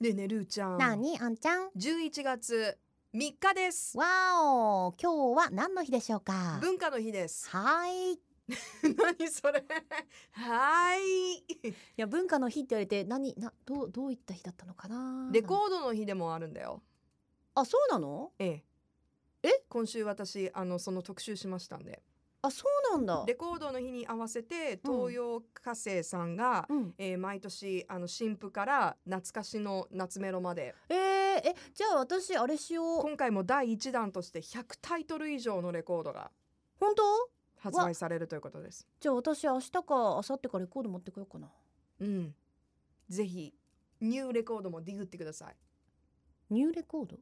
ねえねえルーちゃん。なにあんちゃん11月3日です。わーお今日は何の日でしょうか文化の日です。 はーいい何それ。はーい。や文化の日って言われて何などうどういった日だったのかなレコードの日でもあるんだよ。あそうなのええ。え今週私あのその特集しましたんで。あそうなんだレコードの日に合わせて東洋火星さんが、うん、えー毎年あの新婦から懐かしの夏メロまでえー、えじゃあ私あれしよう今回も第1弾として100タイトル以上のレコードが本当発売されるということです。じゃあ私明日か明後日かレコード持ってこようかなうん、ぜひニューレコードもディグってください。ニューレコード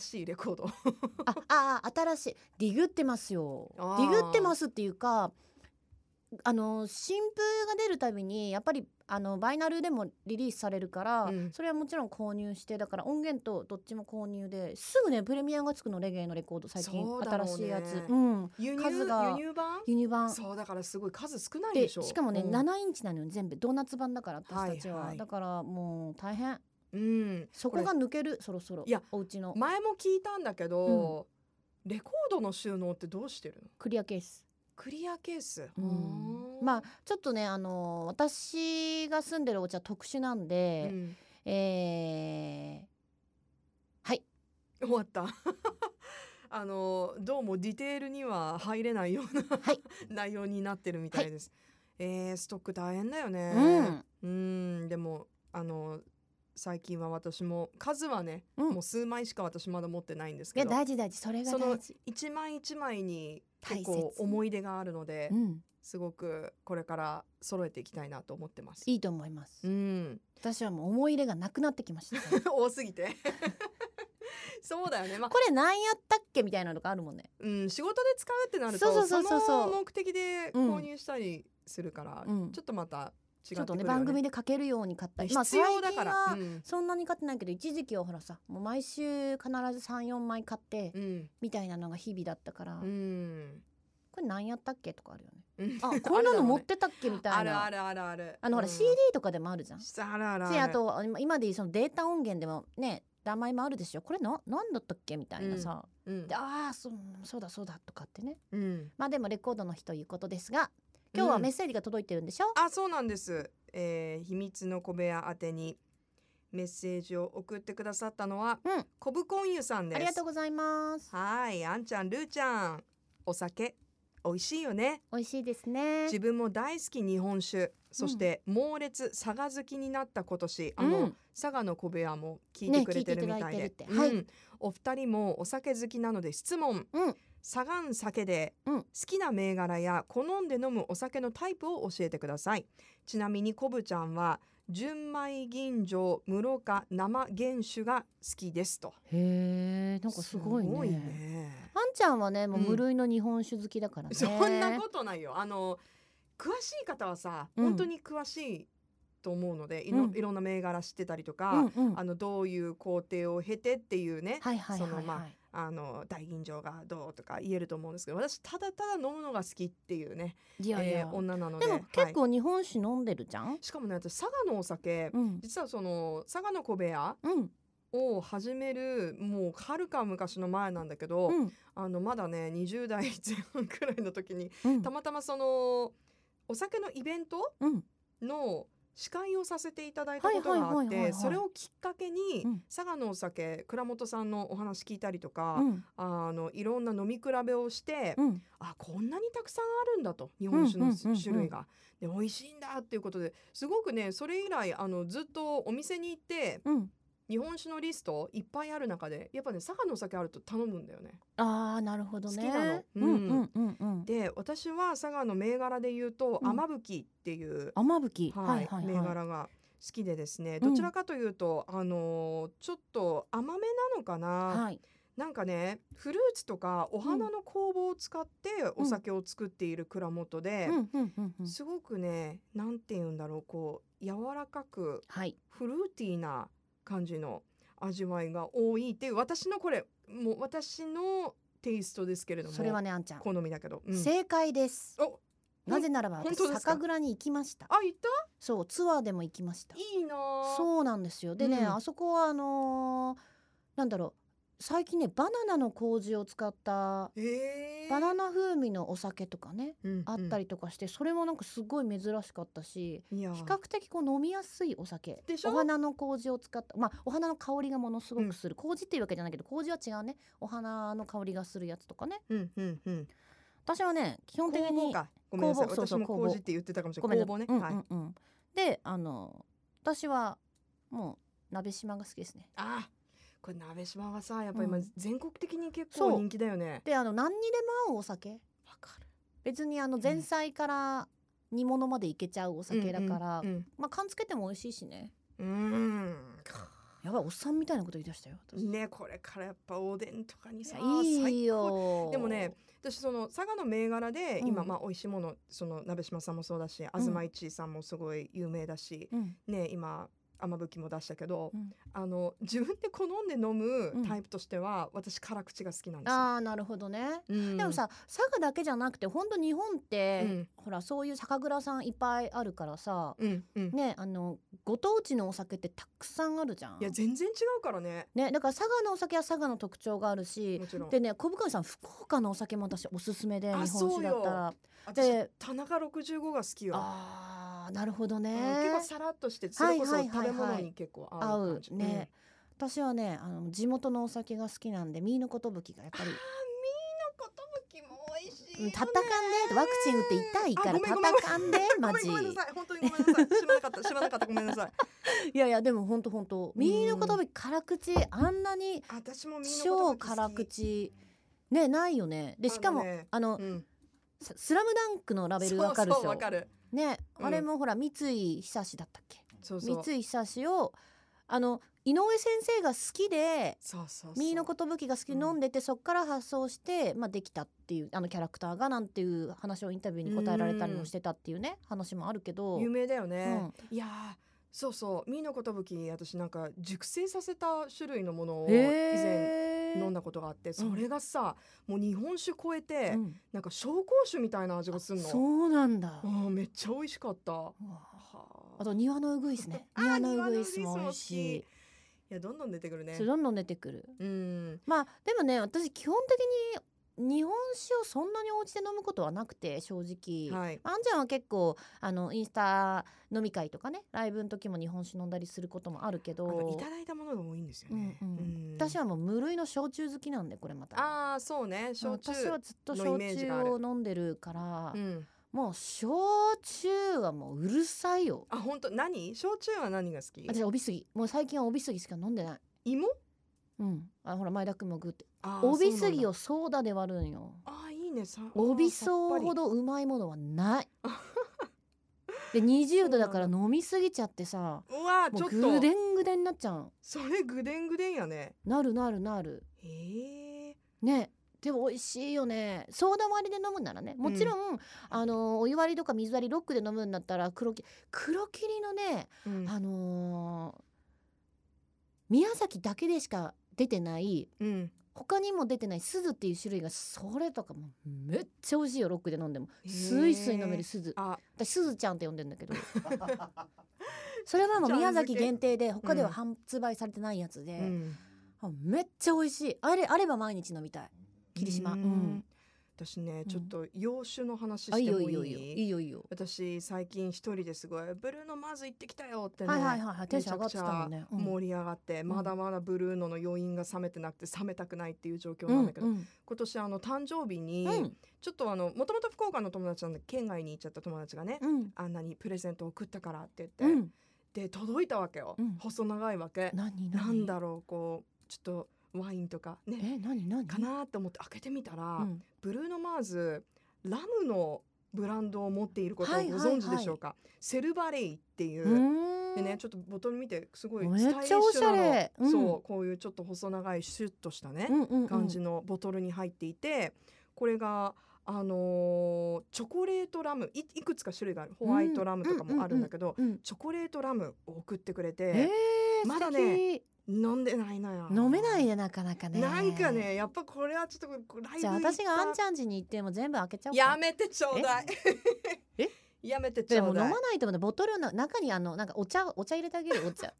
新しいレコー ド。あああ新しいディグってますよデあーィグってますっていうかあの新風が出るたびにやっぱりあのバイナルでもリリースされるから、うんそれはもちろん購入してだから音源とどっちも購入ですぐねプレミアムがつくのレゲエのレコード最近、そうだろ新うねしいやつ、うん、輸入数が輸入版ユニ版そうだからすごい数少ないででしょ。しかもね、うん7インチなのよ全部ドーナツ版だから私たちは、はいはいだからもう大変うん、そこが抜けるそろそろいやお家の前も聞いたんだけど、レコードの収納ってどうしてるの？クリアケース。クリアケース。うんまあちょっとねあの私が住んでるお家は特殊なんあうで、ん、え終わった。 あのどうもディテールには入れないような、はい 内容になってるみたいです。えーストック大変だよねー。うんうーんでもあの最近は私も数はね、うんもう数枚しか私まだ持ってないんですいけやど大事大事それがその大事一枚一枚に大結切構思い出があるのでうんすごくこれから揃えていきたいなと思ってます。いいと思います、うん、 私はもう思い入れがなくなってきました多すぎて そうだよね、まあこれ何やったっけみたいなのがあるもんねうん、仕事で使うってなるとそうそうそうそうそうの目的で購入したりするから、うんちょっとまた違ってくるちょっとよねね番組でかけるように買ったりまあ必要だか最ら、近はうんそんなに買ってないけど一時期はほらさもう毎週必ず34枚買ってうんみたいなのが日々だったから、うんこれ何やったっけとかあるよねうん あこんなの持っるてたっけみたいなあるあるあるあるあのほらうん CD とかでもあるじゃんあるあるあせるやあと今今でいうそのデータ音源でもね名前もあるでしょこれな何だったっけみたいなさ、うんでああそうそうだそうだとかってねうんまあでもレコードの日ということですが今日はメッセージが届いてるんでしょ、あそうなんです、えー秘密の小部屋宛てにメッセージを送ってくださったのは、うんコブコンユさんですありがとうございますはーいあんちゃんルーちゃんお酒美味しいよね美味しいですね自分も大好き日本酒そして猛烈佐賀好きになった今年、うあのん、佐賀の小部屋も聞いねてくれてるみたい聞いでていただいてるってはいうんお二人もお酒好きなので質問、うんサガン酒でうん好きな銘柄や好んで飲むお酒のタイプを教えてくださいちなみにコブちゃんは純米吟醸室岡生原酒が好きですとへえなんかすごいねあんちゃんはねもう無類の日本酒好きだからね、そんなことないよあの詳しい方はさ、うん本当に詳しいと思うのでいろ,、うんいろんな銘柄知ってたりとうかん、うん、はあいのどういう工程を経てっていうね、はいはいそはい、のまあの大吟醸がどうとか言えると思うんですけど私ただただ飲むのが好きっていうねいやいや、えー女なのででもはい結構日本酒飲んでるじゃん、しかもね私佐賀のお酒、うん実はその佐賀の小部屋うんを始めるもうはるか昔の前なんだけど、うんあのまだね20代前半くらいの時にうんたまたまそのお酒のイベントうんの司会をさせていただいたことがあはいはいはっいはいはていそれをきっかけにうん佐賀のお酒倉本さんのお話聞いたりとうか、んあのいろんな飲み比べをして、うんあこんなにたくさんあるんだと日本酒うんのうんうんうん種類が、で美味しいんだっていうことですごくねそれ以来あのずっとお店に行ってうん日本酒のリストいっぱいある中でやっぱね佐賀のお酒あると頼むんだよね。ああなるほどね。好きなのううんんうんうんうん。で私は佐賀の銘柄で言うとうん雨吹っていう、雨吹き、はい銘い。柄が好きでですねうんどちらかというと、あのーちょっと甘めなのかな、はい。なんかねフルーツとかお花の工房を使ってお酒を作っている蔵元でう、んうんうんうん。すごくねなんて言うんだろうこう柔らかくはい。フルーティーな感じの味わいが多いっていう私のこれもう私のテイストですけれどもそれはねあんちゃん。好みだけど、うん正解です。おなぜならばほん私本当ですか酒蔵に行きましたあ行ったそうツアーでも行きましたいいなあそうなんですよでね、うんあそこはあのーなんだろう最近ねバナナの麹を使ったへえバナナ風味のお酒とかねうんうんあったりとかしてそれもなんかすごい珍しかったしいや比較的こう飲みやすいお酒でしょお花の麹を使ったまあお花の香りがものすごくする、麹っていうわけじゃないけど�ă麹は違うねお花の香りがするやつとかねうんうんうん私はね基本的工房にかごめんなさい工房そう私そうも工工房事って言ってたかもしれごなめいん工な房ねうんはいうんうんであの私はもう鍋島が好きですねあこれ鍋島はさやっぱりう今ん全国的に結そ構う人気だよねであの何にでも合うお酒わかる別にあの前菜から煮物までいけちゃうお酒だから、うんまあ缶つけても美味しいしねうんやばいおっさんみたいなこと言い出したよう私んねこれからやっぱおでんとかにさいやいい最高よでもね私その佐賀の銘柄でうん今、まあ美味しいものその鍋島さんもそうだしん東一さんもすごい有名だし、うんね今雨吹きも出したけど、うんあの自分で好んで飲むタイプとしては、私辛口が好きなんですよ。あーなるほどねうんでも、さ佐賀だけじゃなくて本当日本って、うんほらそういう酒蔵さんいっぱいあるからさ、うんうんねあのご当地のお酒ってたくさんあるじゃんいや全然違うからねねだから佐賀のお酒は佐賀の特徴があるしもちろん。でね小深井さん福岡のお酒も私おすすめであ日本そ酒うだよったら私で田中65が好きよ。あーなるほどうんね結構さらっとしてそれこそはいは食いはいべはい物に結構合合うう感じ。ね、私はねあの地元のお酒が好きなんでミーのことぶきがやっぱり寿も美味しいようんね。叩かんでワクチン打って痛いかあらごめんごめんごめん叩かんで ごマめんジごめんなさい本当にごめんなさい知らなかった知らなかったごめん なさい。いやいやでも本当本当ミーのことぶき辛口あんなにあ私もみんな超辛口ねないよねでしかもああのの,、ねうん、ススラムダンクのラベルわかるでしそょうそうわかる。ね、うんあれもほら三井久志だったっけそうそう。三井久志をあの井上先生が好きでそうそうそう。ミーのことぶきが好きで飲んでて、そっから発想して、まあ、できたっていうあのキャラクターがなんていう話をインタビューに答えられたりもしてたっていうね話もあるけど有名だようね。んいやーそうそうミーのことぶき私なんか熟成させた種類のものを以前へー飲んだことがあって、それがさもう日本酒超えて、うんなんか紹興酒みたいな味がするの。そうなんだ、あうーめっちゃ美味しかった。はわああと庭のうぐいすねあー庭のうぐいすも庭のうぐいすも美味し好いきいやどんどん出てくるねそれ。どんどん出てくるうん。まあでもね私基本的に日本酒をそんなにお家で飲むことはなくて正直、はい。あんちゃんは結構あのインスタ飲み会とかねライブの時も日本酒飲んだりすることもあるけあのいどただいたものが多いんですよね。うんうん私ははもう無類の焼酎好きなんでこれまたああそうね焼酎。私はずっとのイ焼メージ酎があるを飲んでるからうん。もう焼酎はもううるさいよあ本当何焼酎は何が好き？私帯杉もう最近は帯杉しか飲んでない芋？うんあほら前田君もグーってあー帯杉。そうなんだをソーダで割るんよあーいいねさ。帯そうほど。どうまいものはないで20度だから飲みすぎちゃってさうわーちょもうっぐとでんぐでんになっちゃうそれぐでんぐでんやね。なるなるなるへえ。ねでも美味しいよねソーダ割りで飲むならねもちろん、あのお湯割りとか水割りロックで飲むんだったら黒き黒霧のね、うんあのー宮崎だけでしか出てないうん。他にも出てない鈴っていう種類がそれとかもめっちゃ美味しいよロックで飲んでもへースイスイ飲める鈴あ私すずちゃんって呼んでんだけど それはもう宮崎限定で他では発売されてないやつでう、ん。あめっちゃ美味しいあれあれば毎日飲みたい霧島ううんん、私ねんちょっと洋酒の話あしいいてよもいいいい？よいいよいいよいいよ私最近一人ですごいブルーノまず行ってきたよってね。はいはいはいはいテンめシちゃョン上がくっちてたもゃんねうん盛り上がって、んまだまだブルーノの余韻が冷めてなくて冷めたくないっていう状況なんだけど、うん今年あの誕生日に、うんうんちょっとあのもともと福岡の友達なんで県外に行っちゃった友達がね、うんあんなにプレゼント送ったからってう言って、んで届いたわけよ、うん細長いわけ、何何なんだろうこうちょっとワインとかねえ何何かなと思って開けてみたら、うんブルーノ・マーズラムのブランドを持っていることをはいごはいはい存知でしょうか、セルバレイっていうう、ーんでねちょっとボトル見てすごいめっスちゃタイリッシュなおしゃのれ、うんそうこういうちょっと細長いシュッとしたね、うんうんうん感じのボトルに入っていてこれが、あのーチョコレートラムいいくつか種類があるホワイトラムとかもあるんだけど、うんチョコレートラムを送ってくれえて、ーまだ素敵飲んでないのよ飲めないねなかなかねなんかねやっぱこれはちょっとライブじゃあ私があんちゃゃん家に行っても全部開けちゃおうかやめてちょうだいえ やめてちでょもう飲だまいないと思うねボトルの中にあのなんかお茶お茶入れてあげるよお 茶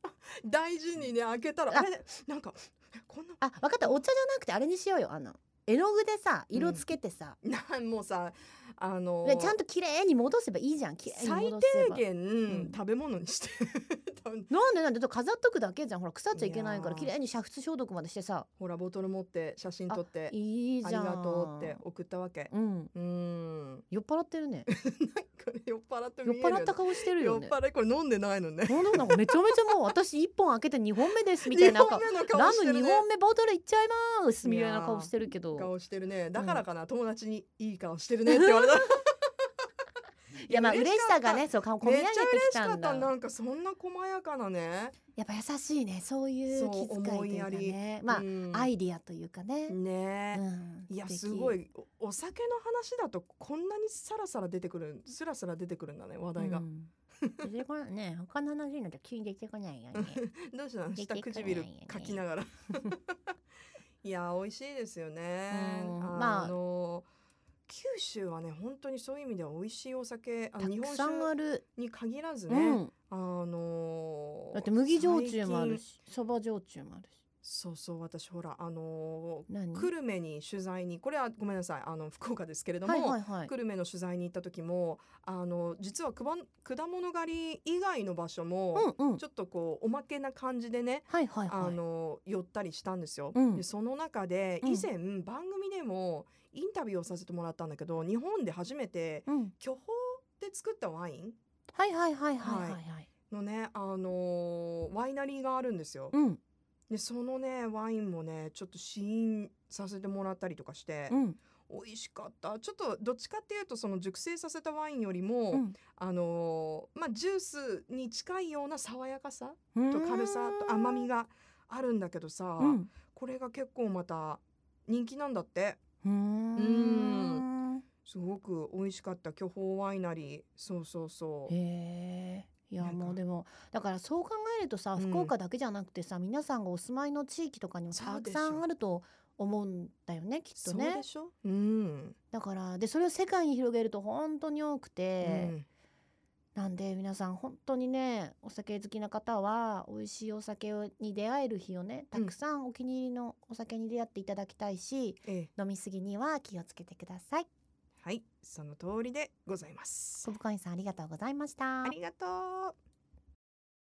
大事にね開けたらああれなんかえこんなあ分かったお茶じゃなくてあれにしようよあの絵の具でさ色つけてさ、なん もうさあのでちゃんと綺麗に戻せばいいじゃん綺麗に最戻せば低限、ん食べ物にして 多分なんでなんでだって飾っとくだけじゃんほら腐っちゃいけないからいやー綺麗に煮沸消毒までしてさほらボトル持って写真撮っていいあじりゃんがとうって送ったわけうんうーん 酔っ払ってるねこれ酔っ払って酔見っえる払った顔してるよね酔っ払いこれ飲んでないのねなんだなんかめちゃめちゃもう私一本開けて二本目ですみたいななんか二本目のラ顔してムる二ね本目ボトルいっちゃいますみたいいやなー顔してるけど顔してるねだからかな、友達にいい顔してるね って言われたいやまあ嬉しさが嬉ねそう顔込みめっ上げちてゃき嬉したかっんだたなんかそんな細やかなねやっぱ優しいねそういう気そう遣いというか思いねまあ、うんアイディアというかね、ねうんいや素敵すごいおお酒の話だとこんなにさらさら出てくるすらすら出てくるんだね話題が、うん出てこないね他の話になると急に出てこないよねどうしたの出下てこないよね唇かきなが らいや美味しいですよねうんまああの九州はね本当にそういう意味では美味しいお酒あたの日く本さんあ酒る、に限らずうね、んあのだって麦焼酎もあ最近るしそば焼酎もあるしそうそう私ほらあの何久留米に取材にこれはごめんなさいあの福岡ですけれども、はいはいはい久留米の取材に行った時もあの実はくばん果物狩り以外の場所も、うんうんちょっとこうおまけな感じでねはいはいあはいの寄ったりしたんですよ。うんでその中でうん以前番組でもインタビューをさせてもらったんだけど日本で初めてうん巨峰で作ったワインはいはいはいはいはいははいのね、あのーワイナリーがあるんですよ。うんでそのねワインもねちょっと試飲させてもらったりとかして、うん美味しかったちょっとどっちかっていうとその熟成させたワインよりも、うんあのーまあ、ジュースに近いような爽やかさうーとん軽さと甘みがあるんだけどさ、うんこれが結構また人気なんだってうーんすごく美味しかった巨峰ワイナリーそうそうそう。へえいやなんかもうでもだからそう考えるとさうん福岡だけじゃなくてさ、皆さんがお住まいの地域とかにもそうたでしくょさんあると思うんだよねきっとそうねでしょ、うんだからでそれを世界に広げると本当に多くて、うんなんで皆さん本当にねお酒好きな方は美味しいお酒に出会える日をねたくさんお気に入りのお酒に出会っていただきたいし、ええ、飲みすぎには気をつけてください。はいその通りでございますコ。ブコインさんありがとうございましたありがとう